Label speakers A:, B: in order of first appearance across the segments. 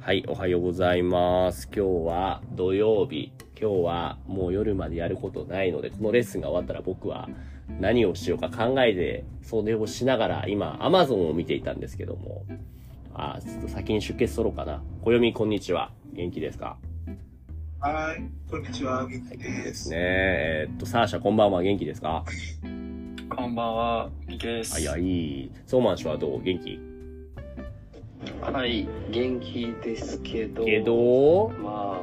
A: はい、おはようございます。今日は土曜日。今日はもう夜までやることないので、このレッスンが終わったら僕は何をしようか考えて、それをしながら今、Amazon を見ていたんですけども。あー、ちょっと先に出血取ろうかな。暦こんにちは。元気ですか
B: はい、こんにちは、ミッで
A: です
B: す。
A: ね。えーっと、サーシャこんばんは。元気ですか
C: こんばんは、ミキです。
A: あ、いや、いい。ソーマン氏はどう元気
D: はい、元気ですけど。
A: けど、
D: ま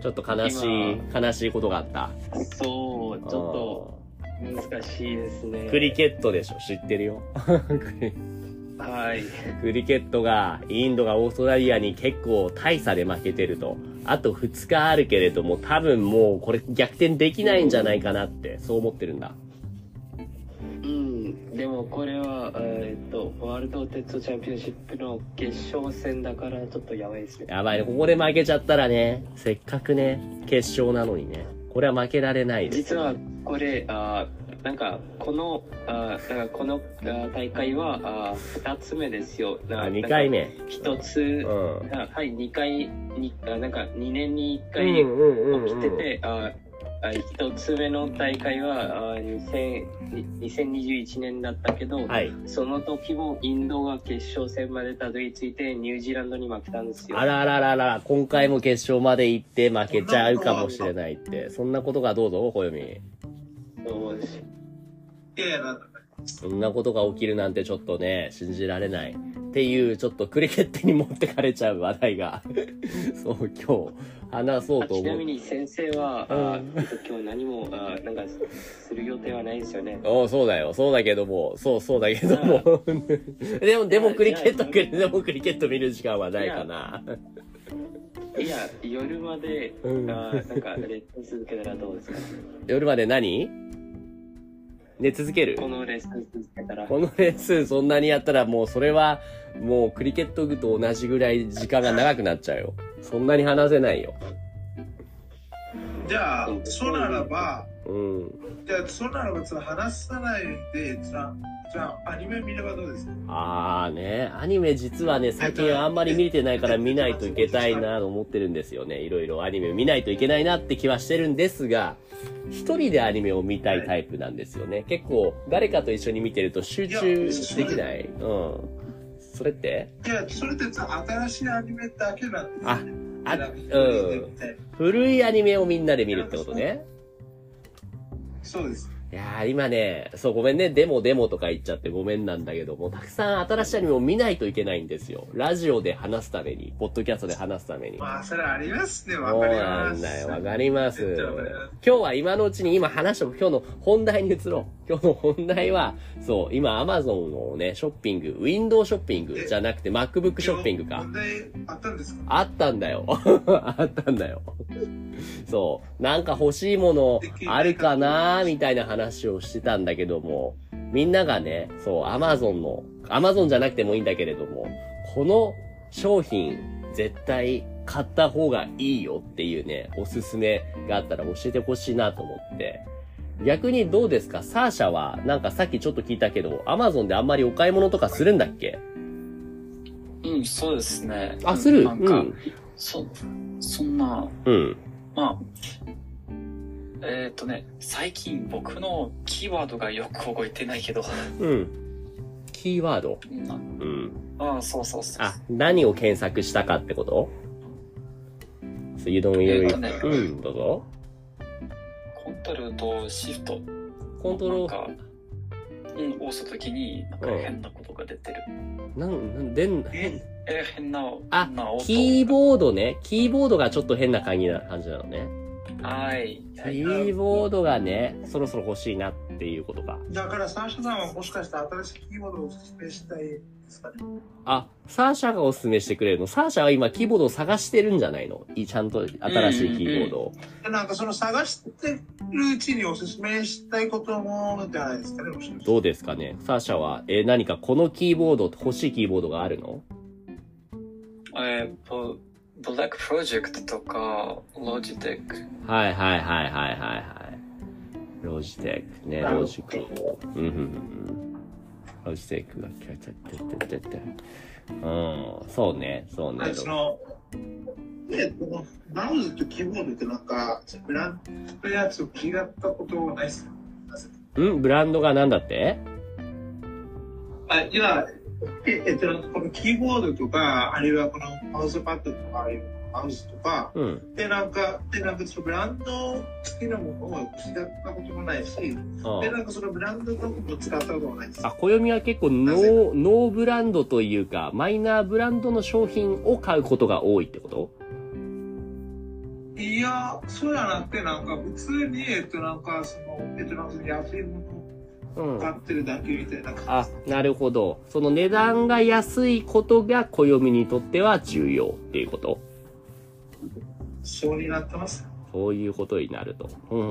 A: ちょっと悲しい、悲しいことがあった。
D: あ、そう、ちょっと難しいですね。
A: クリケットでしょ知ってる よクリ
D: はい。
A: クリケットがインドがオーストラリアに結構大差で負けてるとあと2日あるけれども多分もうこれ逆転できないんじゃないかなってそう思ってるんだ
D: うん、でもこれは、えーっと、ワールドテッドチャンピオンシップの決勝戦だからちょっとやばいですね。
A: やばいねここで負けちゃったらねせっかくね決勝なのにねこれは負けられないです
D: 実はこれ、あーなんかこの、あーなんかこのあー大会はあー2つ目ですよ。
A: あ2回目
D: 1つ
A: う、んうん
D: あはい、2回、にあなんか2年に1回、
A: うん
D: 起
A: う
D: き
A: ん
D: てて、ああ一つ目の大会はあ2000 2021年だったけど、
A: はい
D: その時もインドが決勝戦までたどり着いてニュージーランドに負けたんですよ。
A: あらあらあらあら今回も決勝まで行って負けちゃうかもしれないってそんなことがどうぞ暦
D: そうです
B: いやいや、なんだ
A: そんなことが起きるなんてちょっとね、信じられない。っていう、ちょっとクリケットに持ってかれちゃう話題が、 そう、今日、話そう
D: あ
A: と
D: ちな
A: 思う
D: み。に先生は、あ
A: うん
D: えっと今日何もあなんかする予定はないですよね。
A: おうそうだよ。そうだけども。そう、そうだけど も。でも、でもクリケット、
D: いや
A: でもクリケット見る時間はないかな。
D: いや、夜まで、
A: うん
D: あなんかレッスン続けたらどうですか
A: 夜まで何寝続ける
D: このレッスン続けたら。
A: このレッスンそんなにやったらもうそれは、もうクリケット部と同じぐらい時間が長くなっちゃうよ。そんなに話せないよ。
B: じゃあ、そうならば、
A: うん。
B: じゃあ、そうならば、その話さないで、じゃあ、じゃあアニメ見ればどうですか
A: ああね、アニメ実はね、最近あんまり見れてないから見ないといけたいなと思ってるんですよね。いろいろアニメ見ないといけないなって気はしてるんですが、一人でアニメを見たいタイプなんですよね。結構、誰かと一緒に見てると集中できない。うん。それって
B: いや、それってさ新しいアニメだけなんです
A: あ、あ、う
B: うん
A: ん。。古いアニメをみんなで見るってことね。
B: そうです。
A: いやー、今ね、そう、ごめんね、デモデモとか言っちゃってごめんなんだけども、たくさん新しいアニメを見ないといけないんですよ。ラジオで話すために、ポッドキャストで話すために。
B: まあ、それありますね、わ
A: そう
B: かり
A: な
B: ます。
A: んだよ、わかります。
B: 絶対
A: 今
B: わかります
A: 日は今のうちに今話しても、今日の本題に移ろう。今日の本題は、そう、今 Amazon のね、ショッピング、ウィンドウショッピングじゃなくて MacBook ショッピングか
B: 問。題あったんですか
A: あったんだよ。 あったんだよ。そう。なんか欲しいものあるかなーみたいな話をしてたんだけども、みんながね、そう、アマゾンの、アマゾンじゃなくてもいいんだけれども、この商品、絶対買った方がいいよっていうね、おすすめがあったら教えてほしいなと思って。逆にどうですかサーシャは、なんかさっきちょっと聞いたけど、アマゾンであんまりお買い物とかするんだっけ
C: うん、そうですね。
A: あ、する
C: な
A: うん
C: か、
A: ん。
C: そ、そんな、
A: うん。
C: まあ、えーっ、とね、最近僕のキーワードがよく覚えてないけど、
A: うん。キーワード。
C: な
A: うん。
C: ああ、そうそうそう。
A: あ、何を検索したかってことそう、you don't
C: えー
A: really...
C: っ、とね、
A: うん、どうぞ。
C: コントロールとシフト、
A: コントロール、
C: なんか、うん、押すときに、なんか変なことが出てる。
A: なん、なん、でん、
B: え
C: えー変な、
A: あ
C: 変な音。
A: キーボードね。キーボードがちょっと変な感じな感じなのね。
C: はい。
A: キーボードがね、そろそろ欲しいなっていうことか。
B: だから、サーシャさんはもしかして新しいキーボードをお勧めしたいですかね
A: あ、サーシャがおすすめしてくれるの。サーシャは今キーボードを探してるんじゃないのいちゃんと新しいキーボードを。
B: でなんかその探してるうちにおすすめしたいこともじゃないですかね、もしかして
A: どうですかねサーシャは、えー何かこのキーボード、欲しいキーボードがあるの
C: えー、ブブラックプロジェクトとか、ロジテック。
A: はいはいはいはいはいはい。ロジテックね、
B: なるほど
A: ロジック。うんうんうんうん。ハウステイクがキャチャチャチャチャチャ。うん、そうね、そうね。
B: その、ね、このマウスとキーボードってなんか、ブランドやつを気になったことないっすか
A: んブランドがなんだって
B: あ、いや、ええっと、このキーボードとか、あるいはこのマウスパッドとか、ああいうマウスとか、
A: うん。
B: で、なんか、で、なんかそのブランド好きなものを気になったこともないし、で、
A: あ
B: なんかそのブランドのものを使ったこともないです。
A: あ、暦は結構ノー、ノーブランドというか、マイナーブランドの商品を買うことが多いってこと
B: いや、そうやなくて、なんか普通に、えっと、なんかその、えっと、なんかその安いものを
A: うん。
B: 買ってるだけみたいな感
A: あ、なるほど。その値段が安いことが暦にとっては重要っていうこと
B: じになってます。
A: そういうことになると。う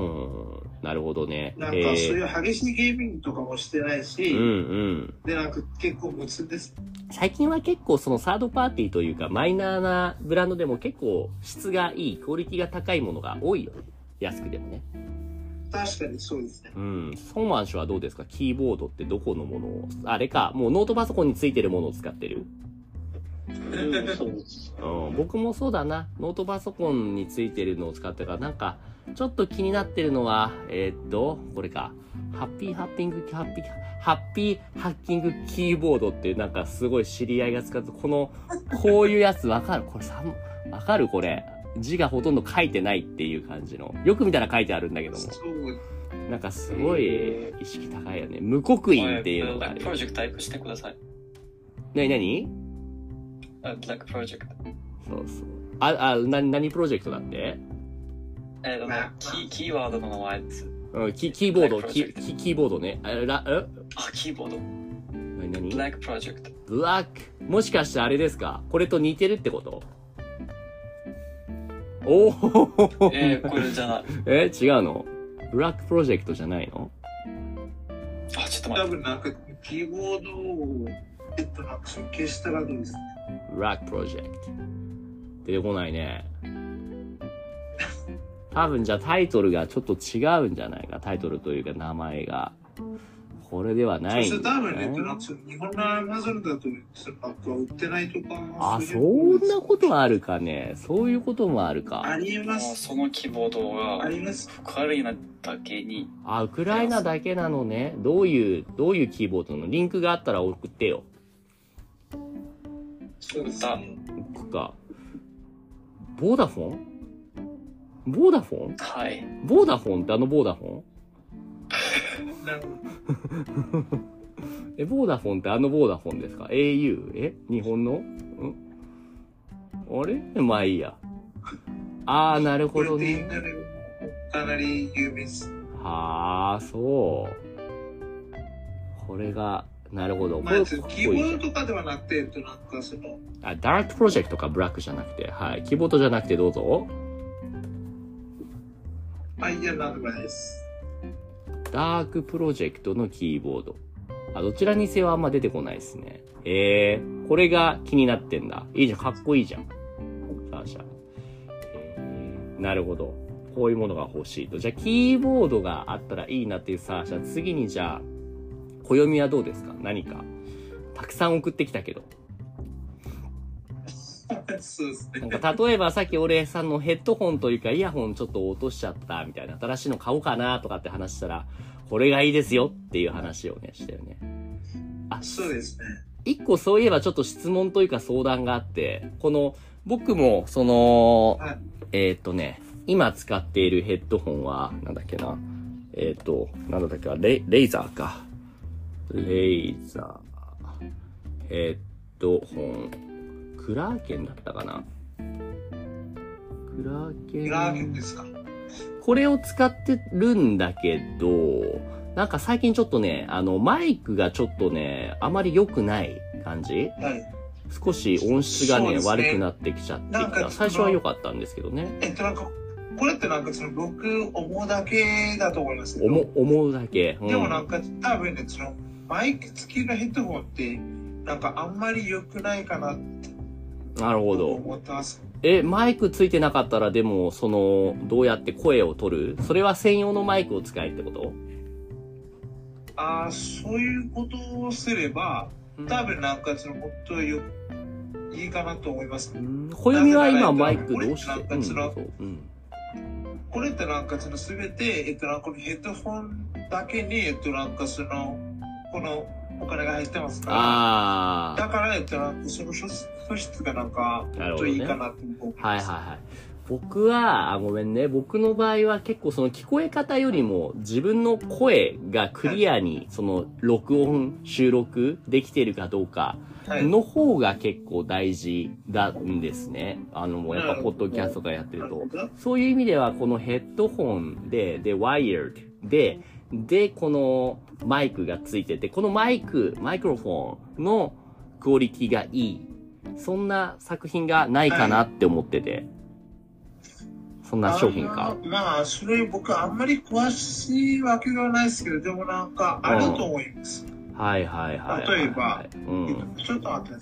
A: ん。なるほどね。
B: なんかそう
A: え
B: いう激しいゲーミングとかもしてないし、
A: うんうん。
B: で、なんか結構無痛です。
A: 最近は結構そのサードパーティーというかマイナーなブランドでも結構質がいい、クオリティが高いものが多いよね。安くでもね。
B: 確かにそうですね。
A: うん。ソンマン氏はどうですかキーボードってどこのものをあれか、もうノートパソコンについてるものを使ってる。
D: うん、そうです。
A: うん。僕もそうだな。ノートパソコンについてるのを使ってから、なんか、ちょっと気になってるのは、えーっと、これか。ハッピーハッピング、ハッピー、ハッピーハッキングキーボードってなんかすごい知り合いが使って、この、こういうやつわかるこれさん、わかるこれ。字がほとんど書いてないっていう感じの。よく見たら書いてあるんだけども。
B: そう。
A: なんかすごい意識高いよね。無刻印っていうのがある
C: プ。ロジェクトタイプしてください。
A: なになに
C: あブラックプロジェクト。
A: そうそう。あ、あ、な、何プロジェクトだって
C: えっとね、キーキーワードの名前です。
A: うん、キキーボード、
C: Black
A: キ、
C: Project
A: キキーボードね。あら、え
C: あ、キーボード。
A: 何何
C: ブラックプロジェクト。
A: ブラック。もしかしてあれですかこれと似てるってことおお、
C: えー、これじゃない。
A: え、違うのブラックプロジェクトじゃないの
C: あ、ちょっと待
B: 多
C: って。
B: 分なんかキーボードを、えっと、なんかその消したらどうですか
A: ブラックプロジェクト。出てこないね。多分じゃあタイトルがちょっと違うんじゃないか。タイトルというか名前が。これではないん
B: それ
A: だ
B: 多
A: よ
B: 分ね、えっと、
A: ね。
B: なんかその日本のアマゾンだと、そのバッグは売ってないとか。
A: あ、そ
B: いうん
A: なことあるかね。そういうこともある
B: あ
A: か。
B: り
C: も
B: ま
C: う
B: す。
C: そのキーボード
B: あ
C: が、
B: ります。
C: 不可能なだけに、
A: あ、ウクライナだけなのね。どういう、どういうキーボードなのリンクがあったら送ってよ。
B: そうです
C: 歌
B: ね。
A: くか。ボーダフォンボーダフォン
C: はい。
A: ボーダフォンってあのボーダフォン
B: なんか
A: え、ボーダフォンってあのボーダフォンですか ?au? え日本のんあれまあいいや。あー、なる
B: こ
A: ほ
B: れ
A: ど
B: ってイ
A: ね
B: ン。ドでもかなり有名です。
A: はー、そう。これが、なるほど。こ
B: まあ、
A: れ
B: そのキーボードとかではなくて、えっと、なんかその、
A: あ、ダイレクトプロジェクトか、ブラックじゃなくて。はい。キーボードじゃなくてどうぞ。
B: アイアンなんでもないです。
A: ダークプロジェクトのキーボード。あ、どちらにせよあんま出てこないですね。えー、これが気になってんだ。いいじゃん、かっこいいじゃん。サーシャ。えーなるほど。こういうものが欲しいと。じゃあ、キーボードがあったらいいなっていうサーシャ。次にじゃあ、暦はどうですか何か。たくさん送ってきたけど。
B: そうですね。
A: なんか例えばさっき俺さんのヘッドホンというかイヤホンちょっと落としちゃったみたいな新しいの買おうかなとかって話したらこれがいいですよっていう話をねしたよね。あ、
B: そうですね。
A: 一個そういえばちょっと質問というか相談があって、この僕もその、
B: はい
A: えーっとね、今使っているヘッドホンは、なんだっけな。えーっと、なんだっけな、レレイザーか。レイザー、ヘッドホン。クラーケンだったかな。クラーケン。
B: ラーメンですか
A: これを使ってるんだけど、なんか最近ちょっとね、あの、マイクがちょっとね、あまり良くない感じ
B: はい。
A: 少し音質が
B: そう
A: ね、
B: ですね
A: 悪くなってきちゃって
B: ないんか
A: た。最初は良かったんですけどね。
B: えっと、なんか、これってなんかその、僕、思うだけだと思いますけど。
A: 思う、思うだけ。うん
B: でもなんか、多分ね、その、マイク付きのヘッドホンって、なんかあんまり良くないかなって
A: なるほど。
B: 思ってます。
A: え、マイクついてなかったらでも、その、どうやって声を取るそれは専用のマイクを使えってこと
B: あーそういうことをすれば、多分なんかそのもっとよいいかなと思います
A: う。ん暦は今マイクどうしてうんそううん
B: これってなんかその全て、えっと、なんかこのヘッドホンだけに、えっと、なんかその、このお金が入ってますから、
A: あ
B: だから、えっと、なんかその素質素質がなんか、
A: な
B: も
A: る
B: っ
A: ほ
B: と
A: どね
B: いいかなと思う。
A: あはいはいはい僕はあごめんね僕の場合は結構その聞こえ方よりも自分の声がクリアにその録音収録できてるかどうか
B: はい。
A: の方が結構大事なんですね。あの、もうやっぱポッドキャストとかやってると。そういう意味では、このヘッドホンで、で、wired で、で、このマイクがついてて、このマイク、マイクロフォンのクオリティがいい。そんな作品がないかなって思ってて。そんな商品
B: あ
A: か。
B: ーまあ、それ僕あんまり詳しいわけではないですけど、でもなんかあると思います。
A: はいはいはいはいはい。
B: 例えば
A: うん。
B: ちょっと待ってくだ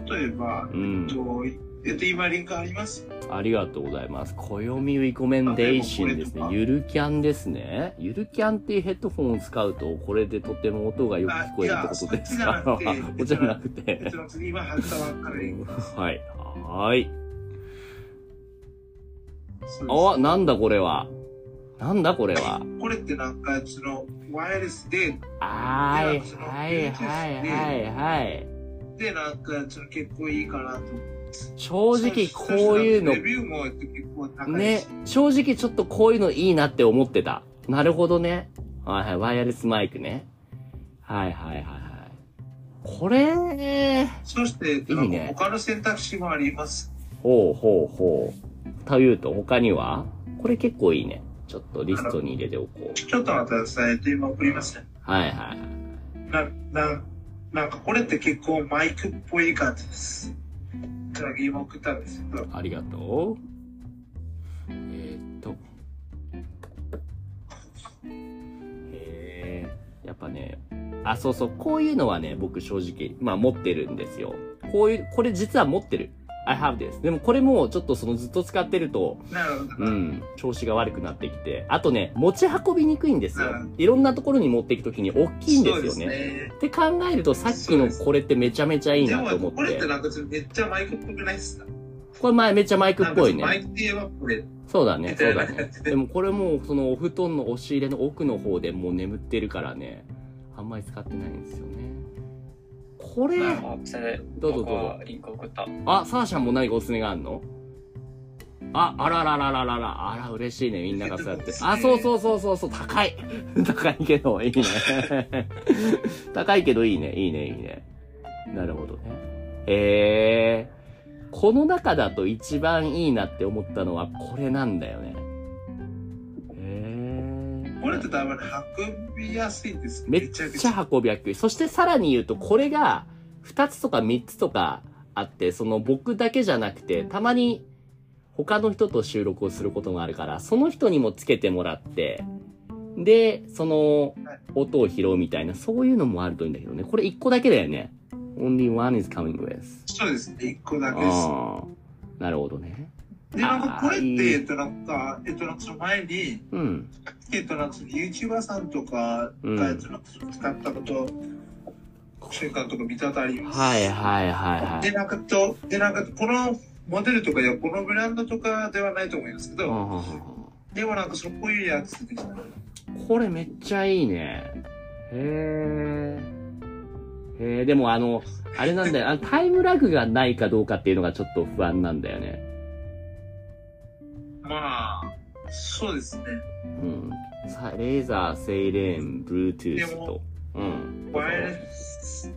B: さい。例えば、
A: うん
B: えっ。と、えっと、今リンクあります
A: ありがとうございます。暦リコメンデーションですね
B: あでもこれと。か
A: ゆるキャンですね。ゆるキャンっていうヘッドホンを使うと、これでとても音がよく聞こえるってことですか
B: あいや
A: こ
B: そ
A: っ
B: っ
A: ち
B: ち
A: じ
B: じ
A: ゃ
B: ゃ
A: な
B: な
A: く。
B: えってと、今貼ったばっかり。
A: はい。はーい。
B: そう
A: あ、なんだこれは。なんだこれは。
B: ですこれってなんか、その、ワイヤレスで、
A: あーい、はい、はい、はい、はい。
B: で、なんか、その結構いいかなと。
A: 正直こういうの
B: レビューも結構高い
A: ね
B: し。、
A: 正直ちょっとこういうのいいなって思ってた。なるほどね。はいはい、ワイヤレスマイクね。はいはいはいはい。これ、
B: そし
A: い
B: て、
A: いね
B: 他の選択肢もあります。
A: ほうほうほう。というと他にはこれ結構いいね。ちょっとリストに入れておこう。
B: ちょっと待ってください。えっと、今送りますね。
A: はいはい。
B: な、な、なんかこれって結構マイクっぽい感じです。なんか今送ったんですけど、
A: ありがとう。えーっと。へえ。やっぱね、あ、そうそう、こういうのはね、僕正直、まあ持ってるんですよ。こういう、これ実は持ってる。I have this. でもこれもちょっとそのずっと使ってると、
B: なるほど。
A: うん、調子が悪くなってきて。あとね、持ち運びにくいんですよ
B: うん。
A: いろんなところに持っていくときに大きいんですよ
B: そう
A: ね。って考えるとさっき
B: そう
A: の
B: です
A: これってめちゃめちゃいい
B: で
A: なと思
B: も、
A: っ
B: これって
A: て。
B: なんかちょっとめっちゃマイクっぽくないっすか
A: これ前めっちゃマイクっぽい
B: なんか
A: ね。
B: マイクって言えばこれ。
A: そうだね、
B: み
A: そ
B: た
A: う
B: い
A: だ
B: な
A: ね
B: 感じ。で
A: でもこれもうそのお布団の押し入れの奥の方でもう眠ってるからね、あんまり使ってないんですよね。これ、
C: まあ、それで、
A: どうぞどうぞ
C: 僕はリンク送った。
A: あ、サーシャンも何かおすすめがあるのあ、あらららららら、あら、 嬉しいね、みんながそうやって。あ、そうそうそうそう、そう高い。 高いけど、いいね。 高いけど、いいね、いいね、いいね。なるほどね。えー、この中だと一番いいなって思ったのは、これなんだよね。えー。
B: これって多分運びやすいです。
A: めっちゃ運びやすい。そしてさらに言うと、これが2つとか3つとかあって、その僕だけじゃなくて、たまに他の人と収録をすることもあるから、その人にもつけてもらって、で、その音を拾うみたいな、そういうのもあるといいんだけどね。これ1個だけだよね。Only one is coming with.
B: そうですね、1個だけです。
A: ああ。なるほどね。
B: で、なんかこれっ
A: あーいい
B: て、えっと、なんか、えっと、なんかその前に、
A: うん。
B: えっと、なんかその YouTuber さんとか
A: うん
B: が、えっと、なんかその使ったこと、瞬間とか見たことあります。
A: はいはいはいは
B: で、
A: い。
B: なんかと、で、なんかこのモデルとかや、このブランドとかではないと思いますけ
A: うんう
B: ど、
A: んうんうん
B: でもなんかそのこういうやつでした。
A: これめっちゃいいね。へえ。へえ、でもあの、あれなんだよ。あのタイムラグがないかどうかっていうのがちょっと不安なんだよね。
B: まあ、そうですね。
A: うん。さレーザー、セイレーン、ブルートゥースと。うん。
B: ワイヤレス、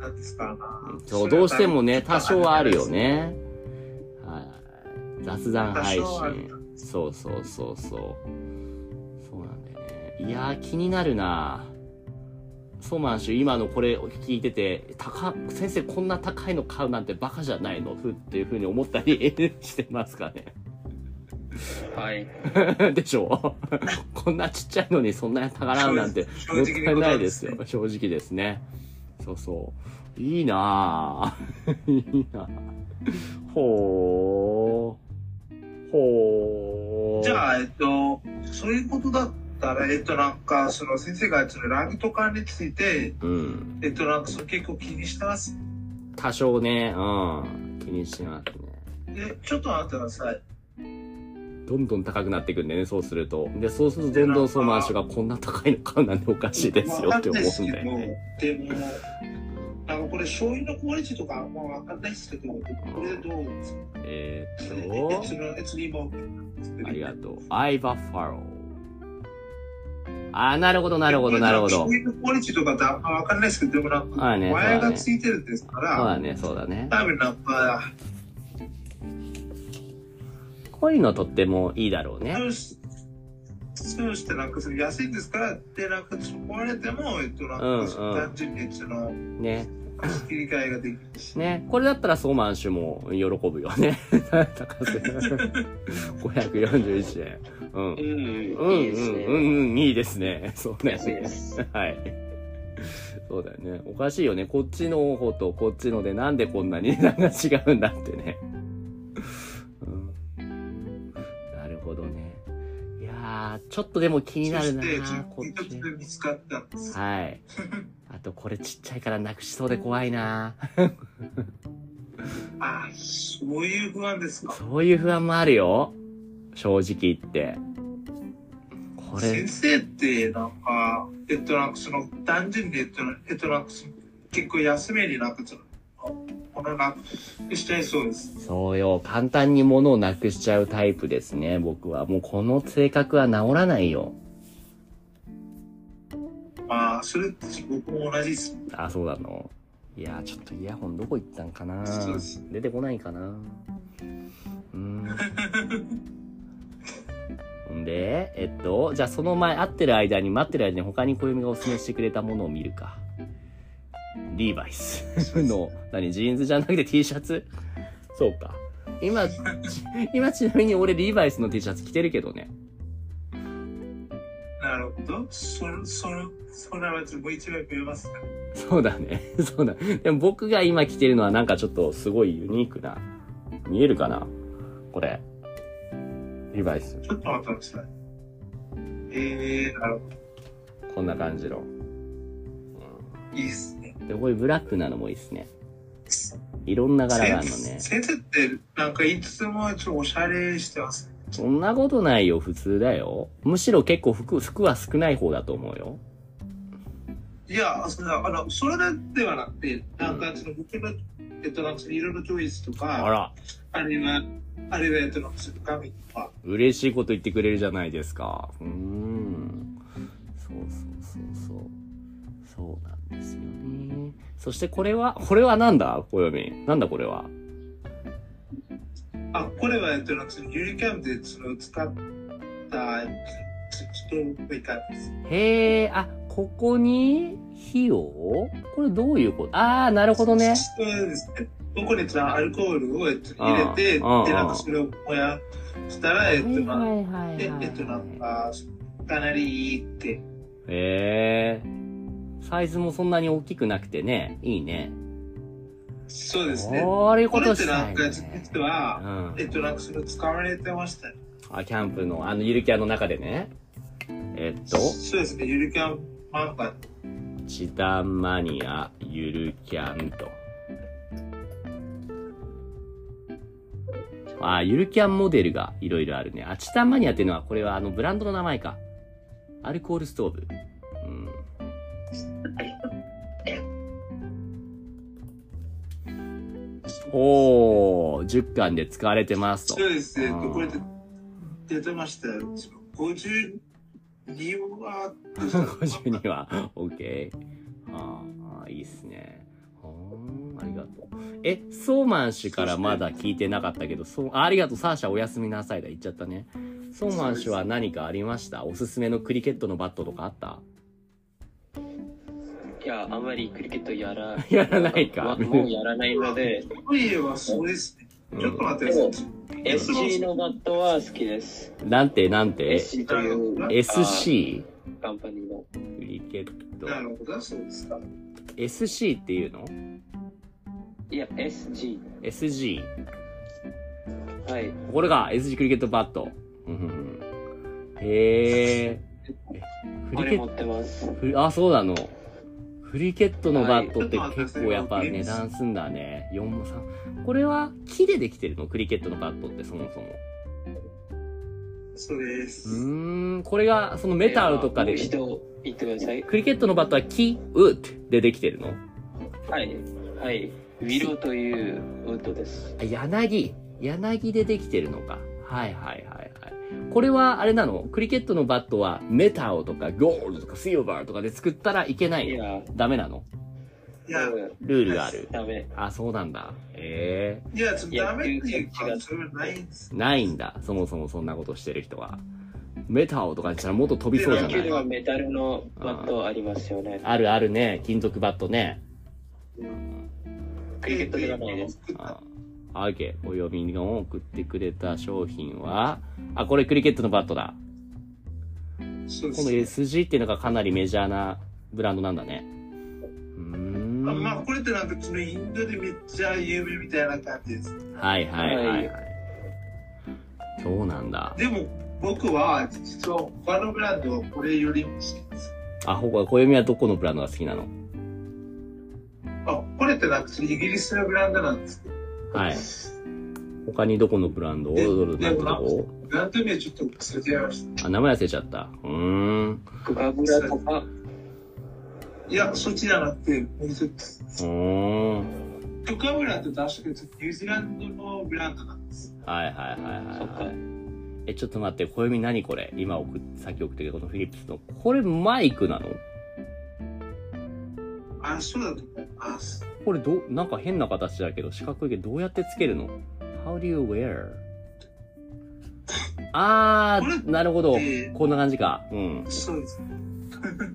B: なんですかな。
A: そう、どうしてもね、
B: それ
A: 多
B: は
A: 少はあるよね。はい。雑談配
B: 多少はあ
A: 信
B: る。
A: そうそうそうそう。そうなんだよね。いやー、気になるなそうなんしゅ、今のこれを聞いてて、高、先生こんな高いの買うなんてバカじゃないのふっていうふうに思ったり してますかね。
D: はい。
A: でしょ こんなちっちゃいのにそんなに高らうなんて
B: 正
A: もった
B: 直正
A: い
B: 直
A: ないですよ。正直ですね。そうそう。いいなぁ。 いいなぁ。ほー。ほー。
B: じゃあ、えっと、そういうことだったら、えっと、なんか、その先生が、そのラグとかについて、
A: うん。
B: えっと、なんか、その結構気にしてます。
A: 多少ね、うん。気にしますね。
B: で、ちょっと待ってください。
A: どんどん高くなっていくんだよね、そうすると。で、そうするとどんどんそのマンションがこんな高いのかなんておかしいですよって思うんだよね。
B: でも、なんかこれ、醤油のクオリティとか、まあ、わかんないですけど、これどうですか
A: えー、
B: え
A: っと
B: そ。の、えっと、今、
A: ありがとう。アイバッファロー。あー、なるほど、なるほど、なるほど
B: 醤。油のクオリティとかってあんまわかんないですけど、でもなんか、
A: そうだね、そう
B: 前
A: だ
B: が
A: ね。
B: つ
A: そう
B: いてるんですから、
A: だね、そうだね。
B: 多分なんか、
A: こういうのとってもいいだろうね。
B: そうしそうしてなんかその安いんですからってなんかそこ壊れてもえっとなん
A: うん
B: かその単純にその
A: ね。
B: 切り替えができるし、
A: ね。これだったらソーマンシュも喜ぶよね。 高瀬。541円。うん。うん、う
D: うんうん、いい
A: ん
D: です、
A: う
D: ね。
A: ん、うん、いいですね。そうね。
D: 安いです。
A: はい。そうだよね。おかしいよね。こっちの方とこっちのでなんでこんなに 値段が違うんだってね。うんなるほどね。いやー、ちょっとでも気になるな
B: そしてその
A: こっ
B: 一つ
A: ち。
B: で見つかったんです
A: はい。あとこれちっちゃいからなくしそうで怖いな
B: ああそういう不安ですか
A: そういう不安もあるよ。正直言って。これ
B: 先、生ってなんかえっとなんかその単純にえっとえっとなんかその結構休めになんかそのこのなくしちゃいそうです
A: そうよ。簡単に物をなくしちゃうタイプですね、僕は。もうこの性格は治らないよ。
B: まあそれって僕も同じです
A: あ、そうなのいやー、ちょっとイヤホンどこ行ったんかな
B: そうです
A: 出てこないかなうー ん。ほんで、えっと、じゃあその前、会ってる間に、待ってる間に他に小読みがおすすめしてくれたものを見るか。リーバイスの、何、ジーンズじゃなくて T シャツそうか。今、ち今ちなみに俺リーバイスの T シャツ着てるけどね。
B: なるほどそのそのそれはもう一枚増えますか
A: そうだね。そうだ。でも僕が今着てるのはなんかちょっとすごいユニークな。見えるかなこれ。リバイス。
B: ちょっと待ってください。えー、なるほ
A: こんな感じの。
B: ど。いいっすね。
A: で、こういうブラックなのもいいですね。いろんな柄があるのね。
B: 先生って、なんかいつもちょっとおしゃれしてますね。
A: そんなことないよ、普通だよ。むしろ結構服、服は少ない方だと思うよ。
B: いや、それあのそれではなくて、なんかその僕の、えっと、なんかそのいろいろチョイスと
A: あ
B: か、
A: ら、
B: あるいは、あるいはえっと、なんかその紙とか、
A: 嬉しいこと言ってくれるじゃないですか。うーん。そうそうそうそう。そうなんですよね。そしてこれは、これはなんだ小読み。なんだこれは。
B: あ、これはえっと、なんかそのユニキャンでその使った、えっと、ちょっともう一回です。
A: へえ、あ、ここに火をこれどういうことああ、なるほどね。
B: そうですね。ここにそのアルコールをえっと入れて、で、
A: うんうん
B: なんかそれを燃やしたら、
A: は
B: え
A: い
B: っと、
A: はい
B: まあ、
A: はい
B: で、えっと、なんか、かなりいいって。
A: へえ。サイズもそんなに大きくなくてね。いいね。
B: そうですね。
A: こういう
B: こ
A: こと
B: れっ
A: してた
B: なん
A: い
B: か、
A: ね。
B: 実
A: う
B: は、
A: ん
B: え。っと、なんか、それ使われてましたね。
A: あ、キャンプの、あの、ゆるキャンの中でね。えっと、
B: そうですね、ゆるキャン漫画。
A: チタンマニア、ゆるキャンと。あ、ゆるキャンモデルがいろいろあるね。あ、チタンマニアっていうのは、これはあの、ブランドの名前か。アルコールストーブ。うん。おー、10巻で使われてますと。
B: そうですね、えっ
A: う
B: と
A: ん
B: これで出てましたよ。52は、どうしたの
A: 52は OK あーあーいいっすねほーんありがとうえソーマン氏からまだ聞いてなかったけどそうあありがとうサーシャおやすみなさいだ言っちゃったねソーマン氏は何かありましたおすすめのクリケットのバットとかあった
D: いや、あんまりクリケットやら、
A: やらないか
D: まもうやらないので、
B: そういえば、そうですね。
A: うん
B: ちょっと待ってください。
D: SC のバットは好きです。
A: なんてなんて
D: SC という
B: え
A: SC
D: カンパニーの。
A: クリケット
B: なるほど、そうですか。
A: SC っていうの
D: いや、SG。
A: SG
D: はい。
A: これが SG クリケットバットうんうんうんへえフ
D: こ
A: リ
D: れ
A: ケ
D: 持
A: ッ
D: ってます。
A: ト、ふあ、そうなの。フリケットのバットって結構やっぱ値段すんだね。4も3。これは木でできてるのクリケットのバットってそもそも。
B: そうで
A: う
B: す。
A: ーん、これがそのメタルとか
D: も
A: で
D: う、一度言ってください。
A: クリケットのバットは木、ウッドでできてるの
D: はい。はい。ウィロというウッドです。
A: あ柳柳でできてるのかはいはいはいはいこれはあれなのクリケットのバットはメタルとかゴールドとかシルバーとかで作ったらいけないいの
D: や、
A: ダメなの
B: いや、
A: ルールがある
D: ダメ。
A: あそうなんだえ
B: いや、ちょっ
D: い
B: と
D: や
B: ダメっていう
D: 違
B: か、
D: う
B: それはないんです。
A: ー、ないんだそもそもそんなことしてる人はメタルとかにしたらもっと飛びそうじゃ
D: 野
A: な
D: 球ではいメタルのバットありますよね。
A: あるあるね金属バットね
D: クリケットではないです。
A: ああ OK お読みの送ってくれた商品はあこれクリケットのバットだ
B: そうで
A: この
B: す。
A: SG っていうのがかなりメジャーなブランドなんだね。うーん。
B: あまあ、
A: は
B: これってなんか、そのインドでめっちゃ有名みたいな感じです。
A: いはいはい。は
D: はいい
A: そうなんだ。
B: でも、僕は、実は他のブランドはこれよりも好きです。
A: あ、ほか、暦はどこのブランドが好きなの
B: あ、これってなんか、そのイギリスのブランドなんですけ
A: はい。他にどこのブランドを
B: え
A: どれなんてとこ
B: ど、ブランド名ちょっと忘れてまし
A: あ、名前忘れちゃった。うーん。
D: グカブラとか、
B: た。いや、そっちじゃなくて、もう一つ。
A: うーん。
B: トカブランド出してるとニュージーランドのブランドなんです。
A: はいはいはいはい
D: そっ
A: は
D: か
A: い。。え、ちょっと待って、暦何これ今送っ、さっき送ってきたこのフィリップスの。これマイクなの
B: あ、そうだと思います。
A: これどう、なんか変な形だけど、四角いけどどうやってつけるの ?How do you wear? あ
B: これ
A: ー、なるほど
B: え。ー
A: こんな感じか。うん。
B: そうです。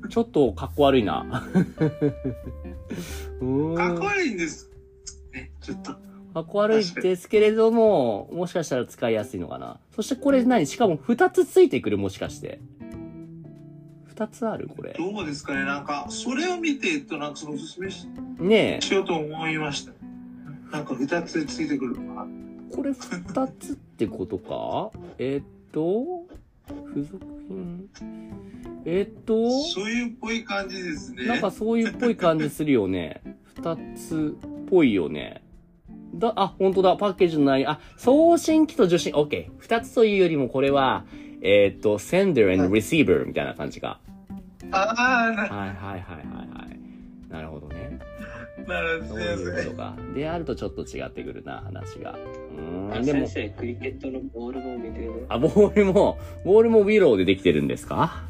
A: ちょっとかっこ悪いな。うーん
B: かっこ悪いんです。ね、ちょっと。
A: かっこ悪いですけれども、もしかしたら使いやすいのかな。そしてこれ何しかも2つついてくるもしかして。2つあるこれ。
B: どうですかね、なんか、それを見て、えっと、なんか、その、おすすめし
A: ね
B: しようと思いました。なんか、二つついてくるのかな。
A: え、これ2つってことかえーっと、付属品。えーっと、
B: そういうっぽい感じですね。
A: なんかそういうっぽい感じするよね。二つっぽいよね。だ、あ、本当だ。パッケージの内容。あ、送信機と受信。オッケー。二つというよりもこれは、えーっと、sender and receiver みたいな感じか。
B: ああ、な
A: はいはいはいはいはい。なるほどね。
B: なるほ
A: そ
B: ど
A: う
B: で
A: いう
B: す
A: こ
B: ね。
A: とか。であるとちょっと違ってくるな、話が。うー
D: あ
A: ん。でも
D: 先、生、クリケットのボールも見てる。
A: あ、ボールも、ボールもウィローでできてるんですか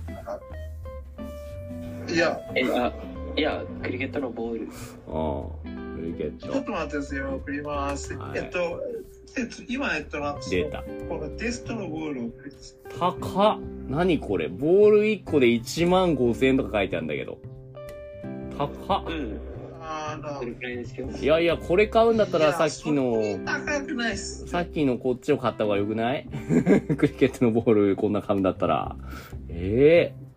B: いや、
D: え、あ、いや、クリケットのボール。
A: うん。クリケッ
B: ちょ
A: ト。
B: っと待ってください、送ります。
A: はい
B: えっと、えっと、今、えっと、なんかそ
A: 出
B: の、
A: た。
B: このテストのボールを送ります。
A: 高っ何これボール1個で1万5千円とか書いてあるんだけど。高っ
D: うん。
B: あーな
D: それくらいですけど。
A: いやいや、これ買うんだった
B: い
A: ら
B: や
A: さっき
B: そ
A: の
B: ん、な高くないっす。
A: さっきのこっちを買った方が良くない クリケットのボールこんな買うんだったら。ええ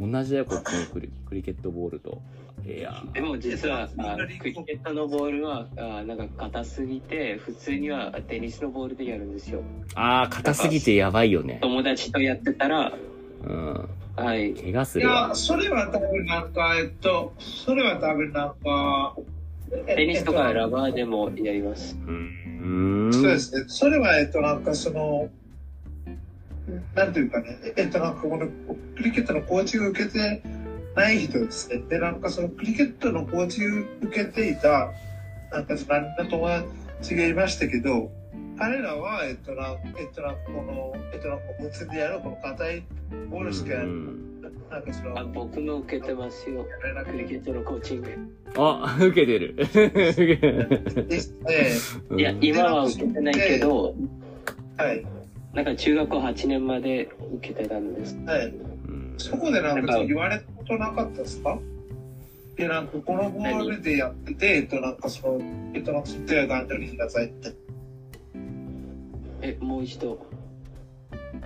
A: 同じだよ、こっちのクリクリケットボールと。いや
D: でも実は、あクリケットのボールは、あなんか硬すぎて、普通にはテニスのボールでやるんですよ。
A: あー、硬すぎてやばいよね。
D: 友達とやってたら、
A: うん。
D: はい。
A: 怪我す
B: い
A: る
B: や
A: わ、。
B: それは多分なんか、えっと、それは多分なんか、
D: テニスとか
B: えっ
D: ラバーでもやります。
A: うん。
B: そうですね。それは、えっと、なんかその、なんていうかね、えっと、なんかこのクリケットのコーチングを受けてない人ですね。で、なんかそのクリケットのコーチングを受けていた、なんかその何の友達がいましたけど、彼らは、えっと、なんえっと、なんかこの、えっと、なんか持つでやる、この硬いボールしかや
A: う
B: る、
A: ん
B: なんかその、
D: あ僕も受けてますよ。
B: やれなく
D: クリケットのコーチング。
A: あ、受けてる。受けて
B: て
A: る
B: ですね。
A: うん
D: いや、今は受けてないけど、
B: はい、
D: なんか中学校8年まで受けてたんです。
B: はい。
A: うん
B: そこでなんか言われたことなかったですかで、なんかこのボールでやってて、えっと、なんかその、えっと、なんかその手を頑丈にしなさいって。
D: え、もう一度。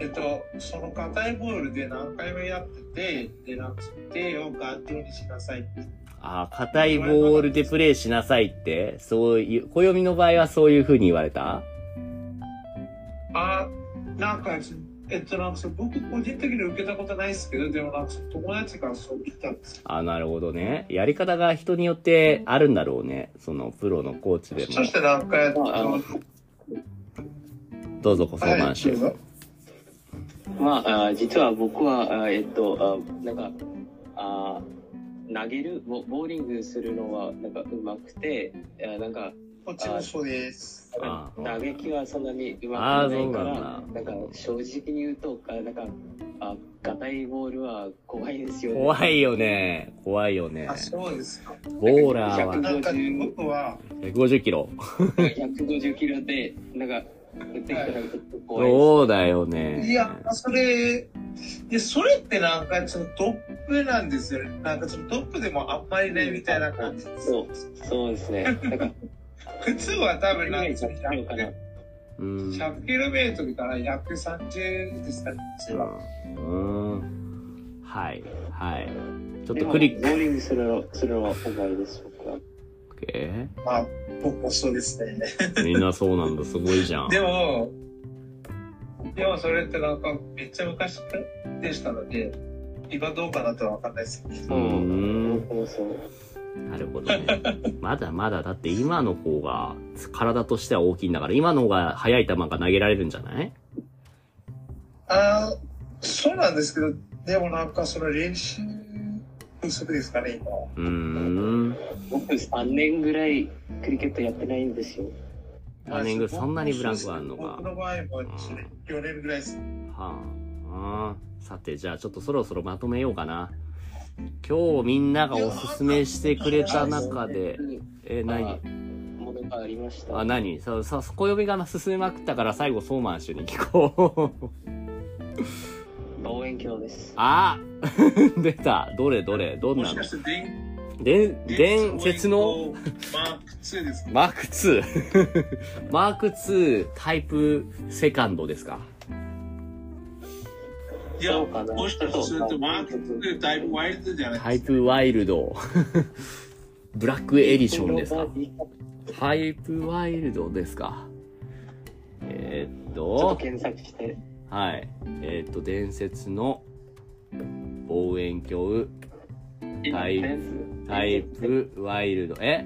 B: えっと、その硬いボールで何回もやってて、で、なんかその手を頑丈にしなさいって。
A: あー、硬いボールでプレイしなさいって、そういう、暦の場合はそういう風に言われた
B: あ、なんか、ええっと、なんかその僕個人的に受けたことないですけど、でもなんかその友達からそう聞いたんですよ。
A: あ、なるほどね。やり方が人によってあるんだろうね。そのプロのコーチでも。
B: そしてなんか、えっと、
D: ああの
A: どうぞ、こそ
B: はい
A: マンシ
B: どう
A: ュ
B: ぞ。
D: まあ、あー実は僕は、あーえっと、あーなんか、あー投げるボ、ボーリングするのは、なんか、うまくて、あーなんか、
B: こっちもそうです。
A: あ
D: 打撃はそんなにう
A: ああ、
D: まくな
A: そう
D: い
A: な
D: か
A: んだ。
D: ら、なんか、正直に言うと、あなんか、あ硬いボールは怖いですよね。
A: 怖いよね。怖いよね
B: あ、。そうですか。
A: ボーラーは
B: なんかね、僕は、
A: 150キロ。
D: 150キロで、なんか、打ってきたらちょっと怖いです。
A: そうだよね。
B: いや、それ、で、それってなんか、そのトップなんですよね。なんか、そのトップでもあんまりね、みたいな感じです。
D: そう、そうですね。なんか、
B: 普通は多分なんか、その
D: 100キロかな
B: 100。
A: うん。
B: 100キロメートルから130ですかね。普通は
A: うん。うんはい。はい。ちょっ
D: で
A: と
D: も
A: クリッ
D: ボ
A: ク。
D: ーリングするの、するのは怖いです、僕は。
A: え
B: まあ、僕もそうですね。
A: ーみんなそうなんだ。すごいじゃん。
B: でも、でもそれってなんかめっちゃ昔でしたので、今どうかなとは分かんないですけど。
A: う
D: うんん。僕もそう。
A: なるほどね。まだまだ、だって今の方が、体としては大きいんだから、今の方が速い球が投げられるんじゃない
B: ああ、そうなんですけど、でもなんかその練習不足ですかね、今。
A: うーん。
D: 僕3年ぐらいクリケットやってないんですよ。
A: ターニングそんなにブランクあんのか
B: 僕。の場合も1年、4年ぐらいです。
A: はあ、さてじゃあちょっとそろそろまとめようかな今日みんながおすすめしてくれた中でえ何
D: ものがありました。
A: あ何ささ暦が進めまくったから最後ソーマン氏に聞こう
D: 望遠鏡です。
A: あ 出たどれどれどん
B: も
A: な
B: し
A: の
B: かして電、
A: で伝説の
B: 望遠鏡マーク2ですか
A: マーク2マーク2タイプセカンドですか
B: いや、
D: そうかな
B: もしかするとマーク2だいぶワイルドじゃない
A: タイプワイルド ブラックエディションですか
D: ちょ
A: タイプワイルドですかえーっ
D: っと
A: と
D: 検索して。
A: はいえーっと伝説の望遠鏡タイ
D: プ
A: タイ。プワイルドえ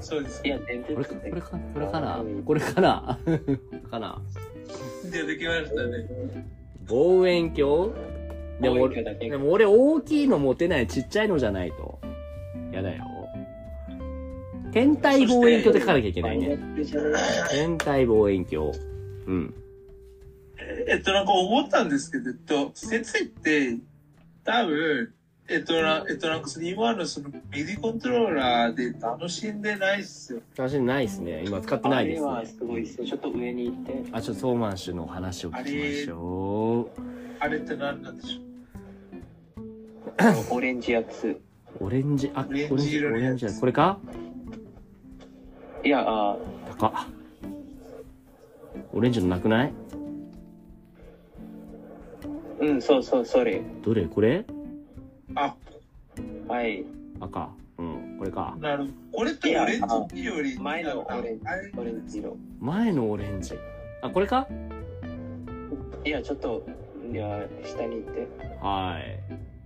B: そうです
D: い。や、伝
A: これ
D: 説
A: か
D: っ
A: こ
D: て
A: れかこれかなこれかなかな
B: じゃあできましたね。
A: 望遠鏡でも
D: 望遠鏡だけ
A: でも俺大きいの持てないちっちゃいのじゃないとやだよ天体望遠鏡で書かなきゃいけないね天体望遠鏡うん
B: えっと、なんか思ったんですけど、えっと、説って、多分、えっとな、えっと、なんかその今のそのミディコントローラーで楽しんでないっすよ。
A: 私ないですね今使ってないです、ね、
D: あれはすごいですよ。ちょっと上に行って。
A: あ、ちょっとソーマン氏のお話を聞きましょ
B: あれって何なんでしょ
D: あのオレンジやつ。
A: う。オレンジ、あ、
B: オレ
A: オレ
B: ンジ
A: ンジ、
B: 色
A: オ
B: のやつ
A: レンジだこれか
D: いや、あ
A: 高っ。オレンジのなくない
D: うん、そうそう、それ。
A: どれこれ
B: うあ、
D: はい。
A: 赤。うん、これか。
B: なるほど。これってオレンジより、
D: 前のオレンジ
B: あれ、
D: オレンジ色。
A: 前のオレンジ。あ、これか
D: いや、ちょっと、いや、下に行って。
A: はい。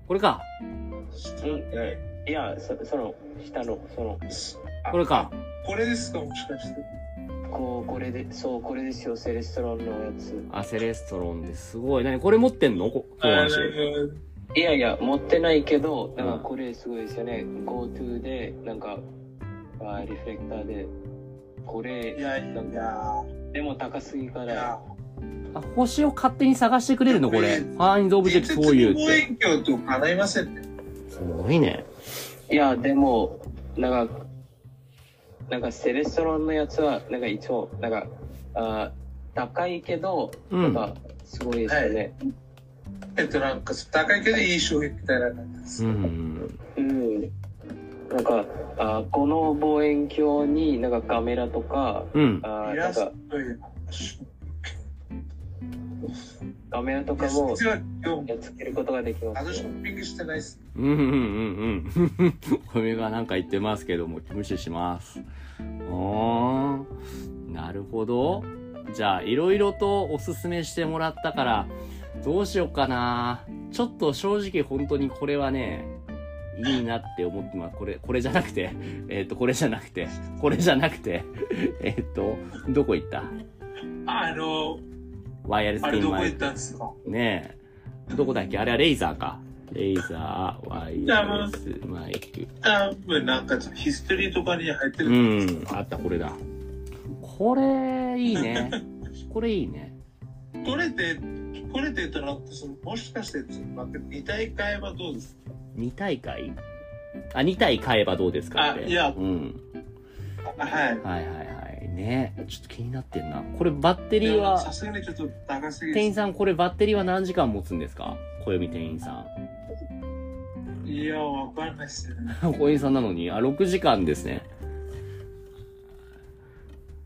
A: これか
B: はい
D: いや、そその、下の、その、
B: あ
A: これか。
B: これですか、もしかして。
D: こう、これで、そう、これですよ、セレストロンのやつ。
A: あ、セレストロンです。すごい。なにこれ持ってんのこソーマン氏。
D: いやいや、持ってないけど、
A: うん
D: なんかこれすごいですよね。GoTo で、なんか、あーリフレクターで、こ
B: い
D: れ、
B: やいやいや、
D: でも高すぎか
B: い
D: ら、
B: や
A: あ、星を勝手に探してくれるのこれ。ファインドオブジェクトそういうっ
B: 望
A: て。
B: 遠鏡と叶いませんね。
A: すごいね。
D: いや、でも、なんか、なんかセレストロンのやつは、なんかいつも、なんか、あー高いけど、
A: う
D: なん
A: ん。
D: か、すごいですよね。
B: えっと、なんか、高いけどいい商品みたいな感じです。
A: うん。
D: うん。なんか、あーこの望遠鏡になんかカメラとか、
A: うん。
D: あー
B: イ
D: な
B: ラ
D: ん
B: ス
D: か
B: トや。
D: 画面と
B: い
D: か
B: や
D: も
B: 実は今日
D: やっつけることができま
B: あの
D: す
B: ショ
D: よ。
B: ッピングしてないっす。
A: うんうんうんうん。 これがなんか言ってますけども、無視します。あー、なるほど。じゃあ、いろいろとおすすめしてもらったから、どうしようかな。ちょっと正直本当にこれはね、いいなって思ってます。これ、これじゃなくて、 えっと、これじゃなくて、これじゃなくて、 えっと、どこ行った
B: あの、
A: ワイヤレス
B: あ
A: ピ
B: れ
A: ン
B: どこ
A: マイ
B: 行っ
A: ク。
B: たんですか
A: ねえ。どこだっけあれはレイザーか。レイザー、ワイヤレスマイク。
B: 多分なんかヒストリーとかに入って
A: う
B: る。
A: ん、あった、これだ。これ、いい ね。これいいね。
B: これで、これでトランプス、もしかして、なんか2大会はどうです
A: 2大会あ、2体買えばどうですかって。
B: あいや
A: うん。
B: かはい。
A: はいはいはい。ねちょっと気になってんな。これバッテリー
B: でも
A: は
B: さ、すがにちょっと高すぎ
A: 店員
B: る。
A: さん、これバッテリーは何時間持つんですか暦店員さ
B: いや、わかんないっすよね。
A: ん。 小員さんなのに、あ、6時間ですね。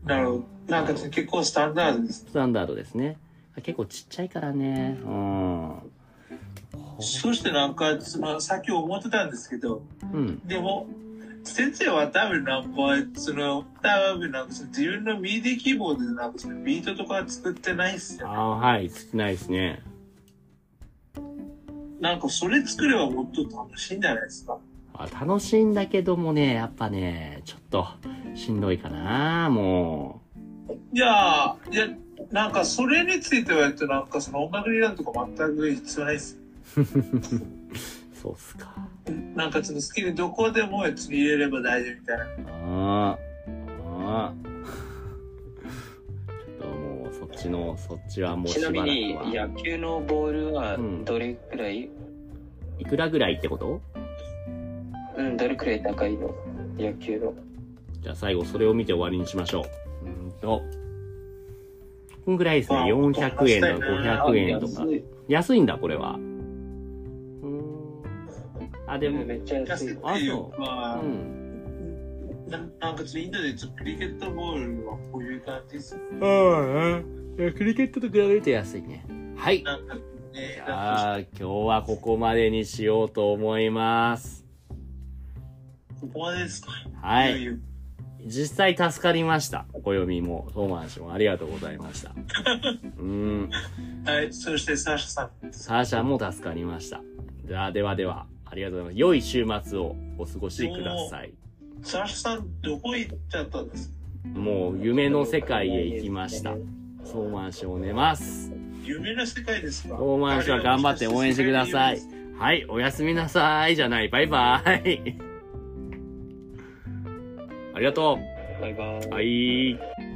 B: なるほど。なんか結構スタンダードです。
A: スタンダードですね。結構ちっちゃいからね。うん。
B: そしてなんか、その、さっき思ってたんですけど、
A: うん。
B: でも、先生は多分なんか、その、多分なんかその自分のミディキーボードでなんかそのビートとか作ってないっすよ。
A: あはい、少ないですね。
B: なんかそれ作ればもっと楽しいんじゃないですか。
A: あ楽しいんだけどもね、やっぱね、ちょっと、しんどいかな、も
B: いやー、いや、なんかそれについては、えっと、なんかその音楽理論とか全く必要ないっす。
A: う。そうっすか。
B: なんかその好きにどこでもえっと入れれば大丈夫みたいな。
A: ああ。ああ。 ちょっともう、そっちの、そっちはもう
D: ち
A: しば
D: な
A: らく
D: みに
A: は。
D: 野球のボールは
A: うん
D: どれくらい、
A: いくらぐらいってこと
D: うん、どれくらい高いの野球の。
A: じゃあ最後、それを見て終わりにしましょう。うーんと。こんぐらいですね。
B: あ
A: 400円とか500円とか。
D: 安い。
A: 安いんだ、これは。うーん。あ、でも、
D: めっちゃ安
B: 安い
D: い
B: っ。ていう
A: う
B: か、
A: ん。
B: ななんかそのインドでちょっとクリケットボールはこういう感じです。
A: うん。いやクリケットと比べると安いね。はい。
B: なんかね、なんか
A: ああ、今日はここまでにしようと思います。
B: ここまでですか。
A: はい
B: よよ
A: 実際助かりました。お暦も、トーマン氏もありがとうございました。うん。
B: はい、そしてサーシャさん。
A: サーシャも助かりました。じゃあ、ではでは、ありがとうございます。良い週末をお過ごしください。
B: サーシャさん、どこ行っちゃったんですか
A: もう、夢の世界へ行きました。トーマン氏も寝ます。
B: 夢の世界です
A: ト
B: か
A: ーマン氏は頑張って応援してください。はい、おやすみなさい。じゃない、バイ バイ。ありがと
D: バイバイ
A: う。。はい。